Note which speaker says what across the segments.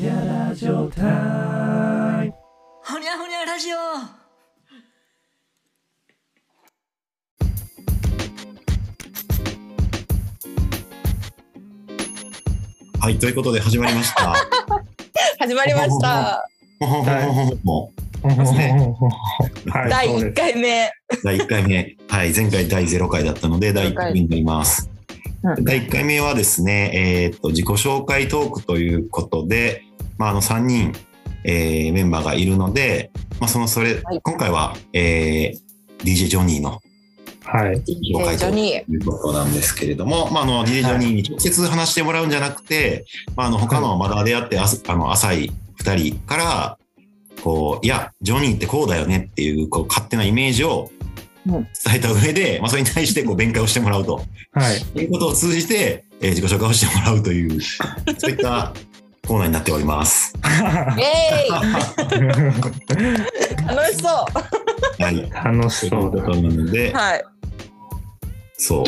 Speaker 1: ジオ タイム
Speaker 2: ほにゃほにゃラジオ
Speaker 3: はい、ということで始まりました。
Speaker 4: 始まりました。
Speaker 3: も
Speaker 1: ですね。
Speaker 3: は
Speaker 4: 第
Speaker 1: そう
Speaker 4: 1
Speaker 1: です
Speaker 4: 回目。
Speaker 3: う第1回目、はい、前回第0回だったので、第1回目になります。
Speaker 4: うん
Speaker 3: 第1回目はですね、えーっと、自己紹介トークということで、まあ、あの3人、えーメンバーがいるので、まあ、そのそれ、
Speaker 4: はい
Speaker 3: 今回は、えー DJ ジョニーの
Speaker 1: はい。
Speaker 3: 紹介
Speaker 4: ジョ
Speaker 3: と
Speaker 4: ニ
Speaker 3: いうことなんですけれども、まあ、あの DJ ジョニーに直接話してもらうんじゃなくて、まあ、あの他のまだ出会ってあすあの浅い2人からこういやジョニーってこうだよねっていうこう勝手なイメージを
Speaker 4: うん
Speaker 3: 伝えた上で、まあ、それに対してこう弁解をしてもらうと
Speaker 1: はい。
Speaker 3: いうことを通じて、えー自己紹介をしてもらうというそういったコーナーになっております。
Speaker 4: ー。イエーイ楽しそう。
Speaker 3: はい
Speaker 1: 楽
Speaker 3: と
Speaker 1: し
Speaker 3: いうこ
Speaker 1: そう
Speaker 3: と
Speaker 1: だ。
Speaker 3: なので、
Speaker 4: はい。
Speaker 3: そう、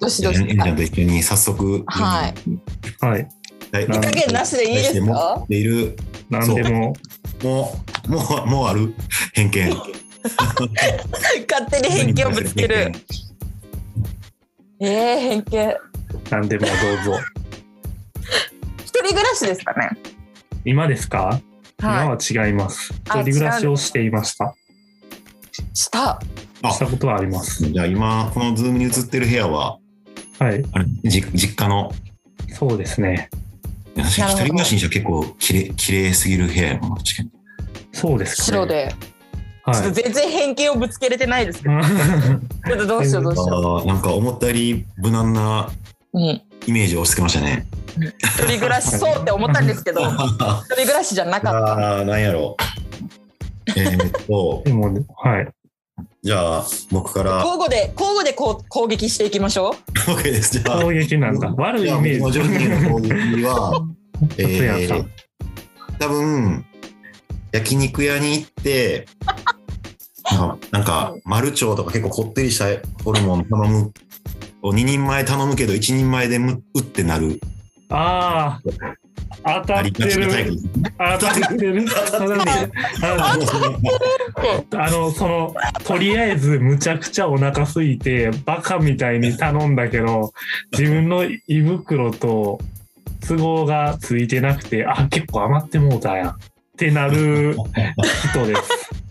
Speaker 4: どし
Speaker 3: じゃ
Speaker 4: ど
Speaker 3: あ
Speaker 4: し。
Speaker 3: ジョニーちゃん
Speaker 4: あ
Speaker 3: と一緒に早速、
Speaker 4: はい。
Speaker 1: はい。
Speaker 3: は
Speaker 1: 手
Speaker 3: い
Speaker 4: 手加減なしでいいですか
Speaker 3: 持っている
Speaker 1: なんでも、
Speaker 3: もう、もう、もうある偏見。
Speaker 4: 勝手に 偏見をぶつける。。ええ偏見。
Speaker 1: なんでもどうぞ。
Speaker 4: 一人暮らしですかね。
Speaker 1: 今ですか
Speaker 4: は
Speaker 1: 今は違います。一
Speaker 4: あ
Speaker 1: 人暮らしをしていました。
Speaker 4: い。した。
Speaker 3: あ
Speaker 1: したことはあります。
Speaker 3: じゃあ今、このズームに映ってる部屋は、
Speaker 1: はい。
Speaker 3: あれ、じ実家の、
Speaker 1: そうですね。
Speaker 3: 私
Speaker 4: な
Speaker 3: 一
Speaker 4: るほど
Speaker 3: 人暮らしにしては結構きれい、綺麗すぎる部屋やもんな、確かに。
Speaker 1: そうですか、ね。
Speaker 4: 白。で。ちょっ
Speaker 1: は
Speaker 4: と全然偏見をぶつけれてないですけど。
Speaker 1: い。
Speaker 4: ちょっとどうしようどうしよ
Speaker 3: あーなんか思ったより無難な
Speaker 4: う。うん。
Speaker 3: イメージを押し付けましたね。
Speaker 4: 一人暮らしそうって思ったんですけど、一
Speaker 3: あ
Speaker 4: 人暮らしじゃなかっ
Speaker 3: あ、なんやろう。えーっと
Speaker 1: で、も、はい。
Speaker 3: じゃあ、僕か
Speaker 4: た。
Speaker 3: ら、
Speaker 4: 交互で、交互でこう攻撃していきましょ
Speaker 3: OK です。じゃあ、
Speaker 1: 攻撃なんだ。悪いイメー
Speaker 3: ジョニーの
Speaker 1: ジ。
Speaker 3: 攻撃は、え
Speaker 1: 達也さ
Speaker 3: ー
Speaker 1: ん、
Speaker 3: 多分焼肉屋に 行ってなんかなんかマルチョウとか結構こってりしたホルモン頼むを2人前頼むけど1人前でむうってなる
Speaker 1: ああ、当た
Speaker 3: あ
Speaker 1: っ
Speaker 3: り
Speaker 1: て
Speaker 3: がちなタイプ
Speaker 1: る。
Speaker 3: です
Speaker 1: 当たってる。当たってる。あ のあの、その、とりあえずむちゃくちゃお腹すいて、バカみたいに頼んだけど、自分の胃袋と都合がついてなくて、あ、結構余ってもうたやん。ってな る人です。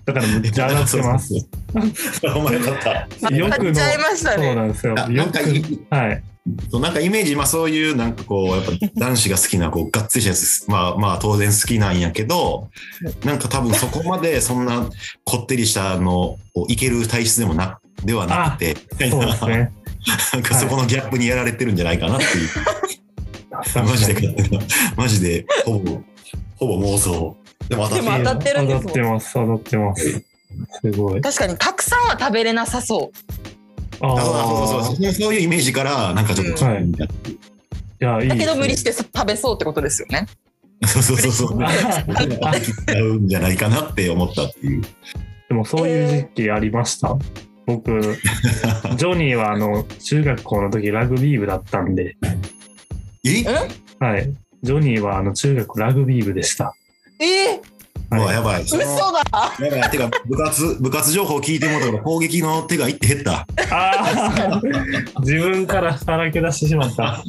Speaker 1: だからむっちゃ上がってます。
Speaker 3: そうそうそうお前よかった
Speaker 4: う。
Speaker 1: よく
Speaker 4: 買
Speaker 1: の
Speaker 4: っちゃいました
Speaker 1: そう
Speaker 4: ね。
Speaker 1: なんですよ。
Speaker 3: な
Speaker 1: よ
Speaker 3: んか
Speaker 1: く、はい。
Speaker 3: そうなんかイメージ、まあ、そういうなんかこうやっぱ男子が好きなこうがっつりしたやつ、まあ、まあ当然好きなんやけどなんか多分そこまでそんなこってりしたあのこういける体質でもなではなくて
Speaker 1: そうですね。
Speaker 3: なんかそこのギャップにやられてるんじゃないかなっていう、マジで勝手なマジでほぼほぼ妄想でも当
Speaker 4: で
Speaker 3: たっ
Speaker 4: も当
Speaker 3: て
Speaker 4: たってるんで
Speaker 1: 当たっ
Speaker 4: すもん
Speaker 1: てます、当たってます。すごい。
Speaker 4: 確かにたくさんは食べれなさそう。
Speaker 1: あ
Speaker 3: あ
Speaker 1: あ、
Speaker 3: そうそうそうそうそういうイメージからなんかちょっと気分が
Speaker 1: いや、いい
Speaker 4: だ
Speaker 1: です
Speaker 4: けど
Speaker 1: ね
Speaker 4: 無理して食べそうってことですよね。
Speaker 3: そうそうそう そう
Speaker 1: あ
Speaker 3: 合うんじゃないかなって思ったっていう
Speaker 1: でもそういう時期ありました。僕、ジョニーはあの、中学校の時ラグビー部だったんで、
Speaker 3: え
Speaker 1: はい。ジョニーはあの、中学ラグビー部でした。
Speaker 4: ええ
Speaker 3: もう
Speaker 1: はい。
Speaker 3: やばい
Speaker 4: 嘘だ。
Speaker 3: やばい、てか部活、部活情報聞いてもうたから攻撃の手が一手減った。
Speaker 1: ああ、自分からさらけ出してしまった。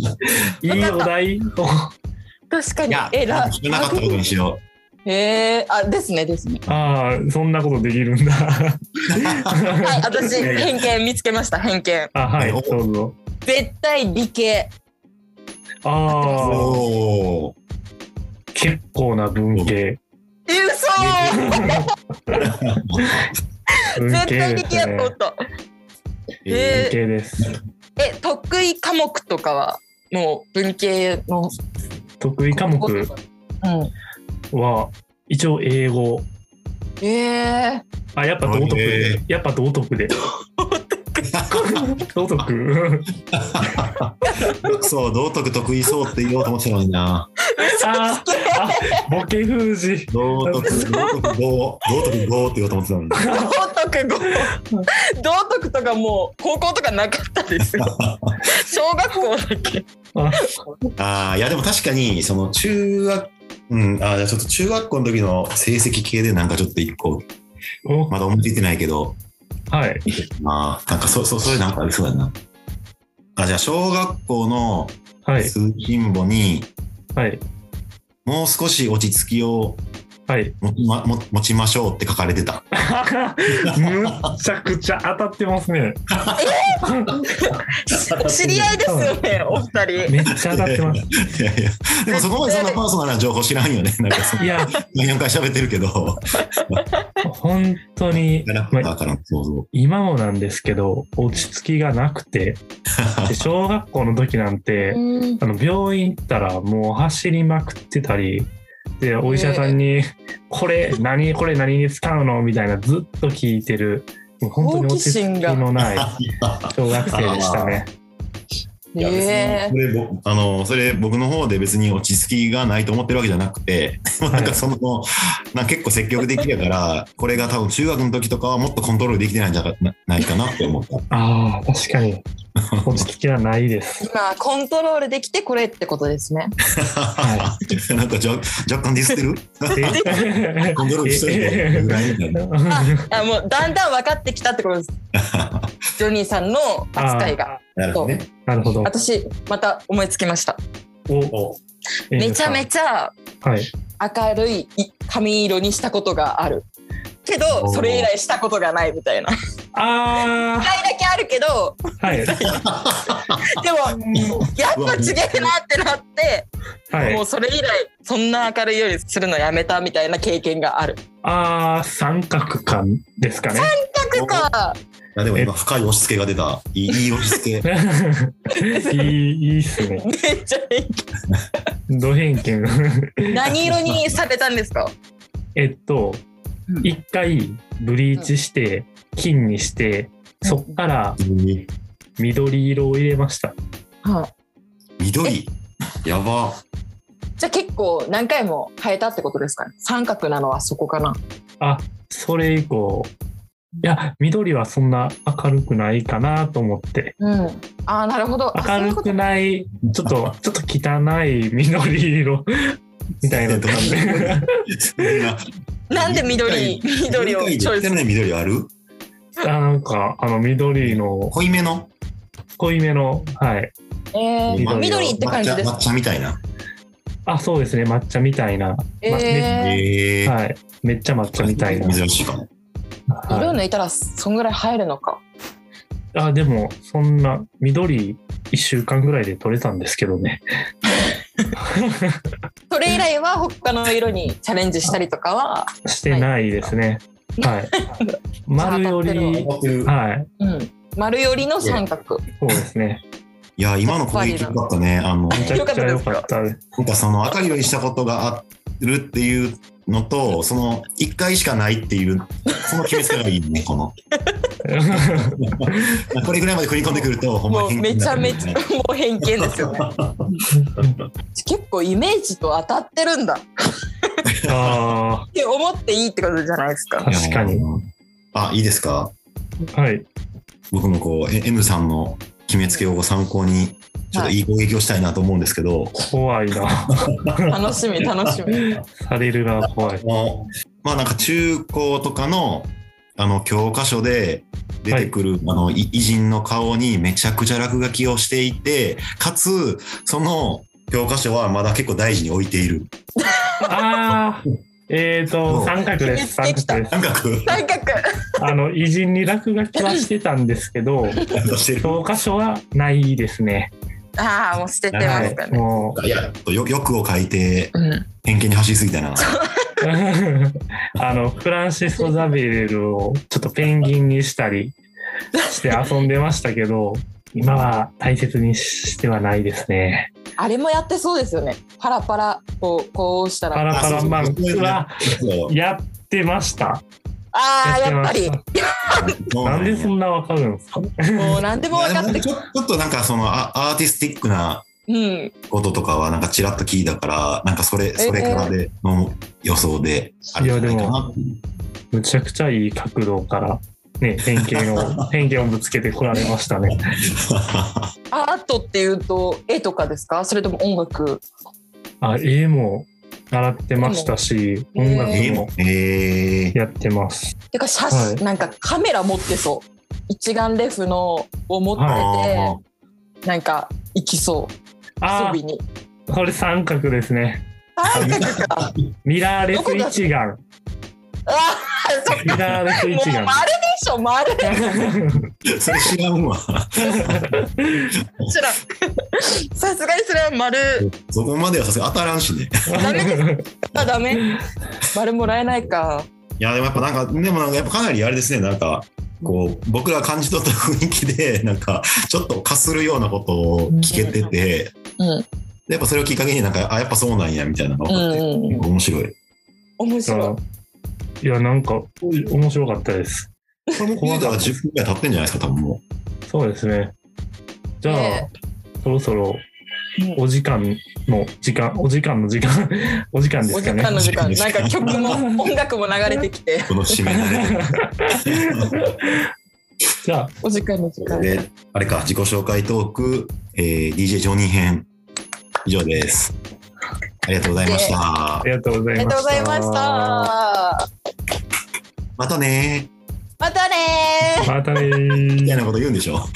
Speaker 1: いいお題を。
Speaker 4: 確か
Speaker 3: い
Speaker 4: に
Speaker 3: や、。
Speaker 4: えら
Speaker 3: 知らなかったことにしよ
Speaker 4: ええあですねですね。
Speaker 1: ああ、そんなことできるんだ。
Speaker 4: はい、私偏見見つけました偏見。
Speaker 1: あはい、どうぞ。
Speaker 4: 絶対理系。
Speaker 3: う。
Speaker 1: ああ、
Speaker 3: おお。
Speaker 1: 結構な文系。
Speaker 4: え嘘。
Speaker 1: 文
Speaker 4: 絶
Speaker 1: 系
Speaker 4: 対
Speaker 1: で
Speaker 4: 理
Speaker 1: す
Speaker 4: 系やと思
Speaker 1: ね
Speaker 4: っ。た。
Speaker 3: え
Speaker 1: 文系です。
Speaker 4: え得意科目とかはもう文系の
Speaker 1: 得意科目
Speaker 4: うん。
Speaker 1: は、一応英語。
Speaker 4: ええ
Speaker 1: あ、やっぱ道徳
Speaker 3: へ
Speaker 1: で。やっぱ道徳で。道 徳。
Speaker 3: ーそう、道徳得意そうって言おうと思ってたのにな。
Speaker 1: あーあ、ボケ封じ。
Speaker 3: 道徳、道徳道、道徳道って言おうと思ってたのに。
Speaker 4: 道徳語道徳とかもう高校とかなかったです よ小学校だけ
Speaker 3: ああ、いや、でも確かに、その中学うん、あじゃあちょっと中学校の時の成績系でなんかちょっと一個、
Speaker 1: お
Speaker 3: まだ思いついてないけど、
Speaker 1: はい。
Speaker 3: まあ、なんかそ、そ、それなんかありそうやな。あ、じゃあ小学校の
Speaker 1: はい。
Speaker 3: 通勤簿に、
Speaker 1: はい。
Speaker 3: もう少し落ち着きを
Speaker 1: はい。
Speaker 3: もまも持ちましょうって書かれ てた。
Speaker 1: むっちゃくちゃ当たってますね。
Speaker 4: 知り合いですよね、お二人。
Speaker 1: めっちゃ当たってます。
Speaker 3: いやいや、でもそこまでそんなパーソナルな情報知ら んよね。なんかその
Speaker 1: いや、
Speaker 3: 4回喋ってるけど、
Speaker 1: 本当に、
Speaker 3: なか
Speaker 1: ま
Speaker 3: な
Speaker 1: あ
Speaker 3: かからん、そうそう。
Speaker 1: 今もなんですけど、落ち着きがなくて、で小学校の時なんて、
Speaker 4: うん
Speaker 1: あの病院行ったらもう走りまくってたりでお医者さんに「これ何これ何に使うの?」みたいなずっと聞いてるもう本当に落ち着きのない 小学生でしたね。
Speaker 3: いや別
Speaker 4: え
Speaker 3: にそれ僕あのそれ僕の方で別に落ち着きがないと思ってるわけじゃなくて、なんかそのなんか結構積極的やからこれが多分中学の時とかはもっとコントロールできてないんじゃなないかなって思った。
Speaker 1: ああ確か に落ち着きはない です。
Speaker 4: 今コントロールできてこれってことですね。
Speaker 3: なんかじゃ若干ディスっ てる
Speaker 1: え
Speaker 3: コントロールしとい てぐらいみたいな。
Speaker 4: あもうだんだん分かってきたってことです。ジョニーさんの扱いが。
Speaker 1: あ
Speaker 3: なるほどね。
Speaker 1: ーなるほど。
Speaker 4: 私また思いつきました。
Speaker 1: お
Speaker 4: めちゃめ
Speaker 1: ち
Speaker 4: ちゃ
Speaker 1: ゃ、はい、
Speaker 4: 明るい髪色にしたことがある。け
Speaker 3: お
Speaker 4: ど
Speaker 3: ー
Speaker 4: それ以来したことがないみた いな。一
Speaker 1: あ
Speaker 4: 回だけあるけど
Speaker 1: あ はい
Speaker 4: でもやっぱ違えなってなって、
Speaker 1: は
Speaker 4: も
Speaker 1: いう
Speaker 4: それ以来そんな明るいようにするのやめたみたいな経験がある。
Speaker 1: ああ三角感ですかね。
Speaker 4: なんか
Speaker 3: あでも今深い押し付けが出た。いいいい押し付 け。
Speaker 1: いいいいっすね。
Speaker 4: めっちゃい
Speaker 1: ド偏見。
Speaker 4: い何色にされたんです か。
Speaker 1: えっと
Speaker 4: う、ん
Speaker 1: 一回ブリーチして、金にして、そっから緑色を入れました。
Speaker 4: は
Speaker 3: 緑。やば。
Speaker 4: い。じゃあ結構何回も変えたってことですかね。三角なのはそこかな。
Speaker 1: あ、それ以降、いや、緑はそんな明るくないかなと思って、
Speaker 4: うん。ああなるほど。あ
Speaker 1: 明るくない、ちょっと、ちょっと汚い緑 色みたいなとかね。
Speaker 3: そんな
Speaker 4: そういうことなんで緑緑をチョイ
Speaker 3: 言ってな
Speaker 4: ス。
Speaker 3: い緑ある
Speaker 1: あなんか、あの、緑の
Speaker 3: 濃いめの
Speaker 1: 濃いめの、はい。
Speaker 4: えー、
Speaker 1: 緑
Speaker 4: 緑って感じです
Speaker 3: 抹茶抹茶みたいな。
Speaker 1: あ、そうですね、抹茶みたいな。
Speaker 4: えー
Speaker 3: えー
Speaker 1: はい。めっちゃ抹茶みたいな。
Speaker 3: 珍しいかも。
Speaker 1: はい
Speaker 4: 色抜いたらそんぐらい入るのか。
Speaker 1: あでもそんな緑1週間ぐらいで取れたんですけどね
Speaker 4: それ以来は他の色にチャレンジしたりとかは、
Speaker 1: してないですねはい、 丸より
Speaker 3: い
Speaker 1: はい
Speaker 4: うん、丸よりの三角。
Speaker 1: そうですね
Speaker 3: や、今の攻撃よかったね。あの、
Speaker 1: めちゃくちゃ良かったです
Speaker 3: なんかその赤色にしたことがあるっていうのと、その1回しかないっていう、その決めつけがいいね、この。これぐらいまで食い込んでくると、ほんま
Speaker 4: も
Speaker 3: に
Speaker 4: う
Speaker 3: 変
Speaker 4: めちゃめちゃ
Speaker 3: に
Speaker 4: もう
Speaker 3: な
Speaker 4: 偏見ですよね。結構イメージと当たってるんだっ
Speaker 1: あ
Speaker 4: て思っていいってことじゃないですか。
Speaker 1: ー確かに。
Speaker 3: あ、いいですか
Speaker 1: はい
Speaker 3: 僕もこう、え M さんの決めつけをご参考に、ちょっといい攻撃をしたいなと思うんですけど、
Speaker 1: 怖いな
Speaker 4: 楽しみ楽しみ。
Speaker 1: されるな怖い
Speaker 3: のまあなんか中高とかのあの教科書で出てくる、あのい偉人の顔にめちゃくちゃ落書きをしていてかつその教科書はまだ結構大事に置いている
Speaker 1: あーえー
Speaker 3: そ
Speaker 1: と
Speaker 3: う
Speaker 1: 三角です三角です
Speaker 3: なんか こう
Speaker 4: 三角。
Speaker 1: あの偉人に落書きはしてたんですけど
Speaker 3: してる
Speaker 1: 教科書はないですね
Speaker 4: ああもう捨ててますか
Speaker 1: はい
Speaker 4: ね。
Speaker 1: もう
Speaker 3: いやよ欲を書いて
Speaker 4: うん。
Speaker 3: 偏見に走りすぎ たな
Speaker 1: あのフランシスコ・ザビエルをちょっとペンギンにしたりして遊んでましたけど今は大切にしてはないですね。
Speaker 4: あれもやってそうですよね。パラパラこうこうした
Speaker 1: パ
Speaker 4: ら。
Speaker 1: ラパラ漫画は
Speaker 3: そう
Speaker 1: やってました。
Speaker 4: あ
Speaker 1: や
Speaker 4: あ
Speaker 1: って
Speaker 4: やっ
Speaker 1: ま
Speaker 4: ぱ
Speaker 1: し
Speaker 4: り
Speaker 1: た。
Speaker 3: そ う
Speaker 1: なんでそ
Speaker 3: なん
Speaker 1: なわかるんですか
Speaker 4: もう何でも分
Speaker 3: や
Speaker 4: か
Speaker 3: い
Speaker 4: っ
Speaker 3: やで
Speaker 4: て
Speaker 3: も
Speaker 4: き
Speaker 3: ちょちょっとなんかそのアアーティスティックな
Speaker 4: うん。
Speaker 3: こととかはなんかちらっと聞いたからなんかそれそれからでの予想であるんじゃないかなっていう
Speaker 1: むちゃくちゃいい角度から、ね、偏見を 偏見をぶつけてこられましたね。
Speaker 4: アートっていうと絵とかですかそれとも音楽
Speaker 1: あ絵も習ってましたし、
Speaker 4: う
Speaker 1: 音
Speaker 4: ん
Speaker 1: 楽
Speaker 3: え
Speaker 1: も
Speaker 3: え
Speaker 1: やってます。
Speaker 4: てか写真、
Speaker 1: はい
Speaker 4: なんかカメラ持ってそう一眼レフのを持ってて、
Speaker 3: ああ
Speaker 4: なんか行きそう
Speaker 1: あ
Speaker 4: 遊びに
Speaker 1: あ、これ三角ですね。
Speaker 4: 三角 か
Speaker 1: ミラーレス一眼。
Speaker 4: あーそっか
Speaker 1: ミラーレス
Speaker 4: もう
Speaker 1: 一
Speaker 4: 丸で
Speaker 1: 眼。
Speaker 4: しょ丸で
Speaker 3: それ違うわ。
Speaker 4: 知らんさすがにそれは丸
Speaker 3: そこまではさすがに当たらんしね。
Speaker 4: ダメあダメ丸もらえないか
Speaker 3: いや、でもやっぱなんか、でもなんかやっぱかなりあれですね、なんか、こう、僕ら感じ取った雰囲気で、なんか、ちょっとかするようなことを聞けてて、
Speaker 4: うん
Speaker 3: でやっぱそれをきっかけになんか、あ、やっぱそうなんや、みたいなのが
Speaker 4: う
Speaker 3: 分かって、
Speaker 4: んうん
Speaker 3: 面白い。
Speaker 4: 面白い
Speaker 1: いや、なんか、面白かったです。
Speaker 3: これも聞いたら10分ぐらい経ってんじゃないですか、多分も
Speaker 1: そうですね。じゃあ、
Speaker 4: ね
Speaker 1: そろそろ
Speaker 4: うん
Speaker 1: お時間の時間、お時間の時間、 お時間で
Speaker 4: お
Speaker 1: す
Speaker 4: 時
Speaker 1: かね
Speaker 4: 間。の時間なんか曲 も音楽も流れてきて
Speaker 3: う。この締め慣れて
Speaker 1: じゃあ、
Speaker 4: お時間の時間
Speaker 3: で、あれか、自己紹介トーク、えー、DJ ジョニー編、以上です。ありがとうございました
Speaker 1: あ。りがとうござ
Speaker 4: あ
Speaker 1: い
Speaker 4: りが
Speaker 1: ま
Speaker 4: とう
Speaker 1: し
Speaker 4: ございました
Speaker 1: た。
Speaker 3: またねー、
Speaker 4: またねー
Speaker 1: またね
Speaker 3: み
Speaker 1: ー
Speaker 3: たいなこと言うんでしょ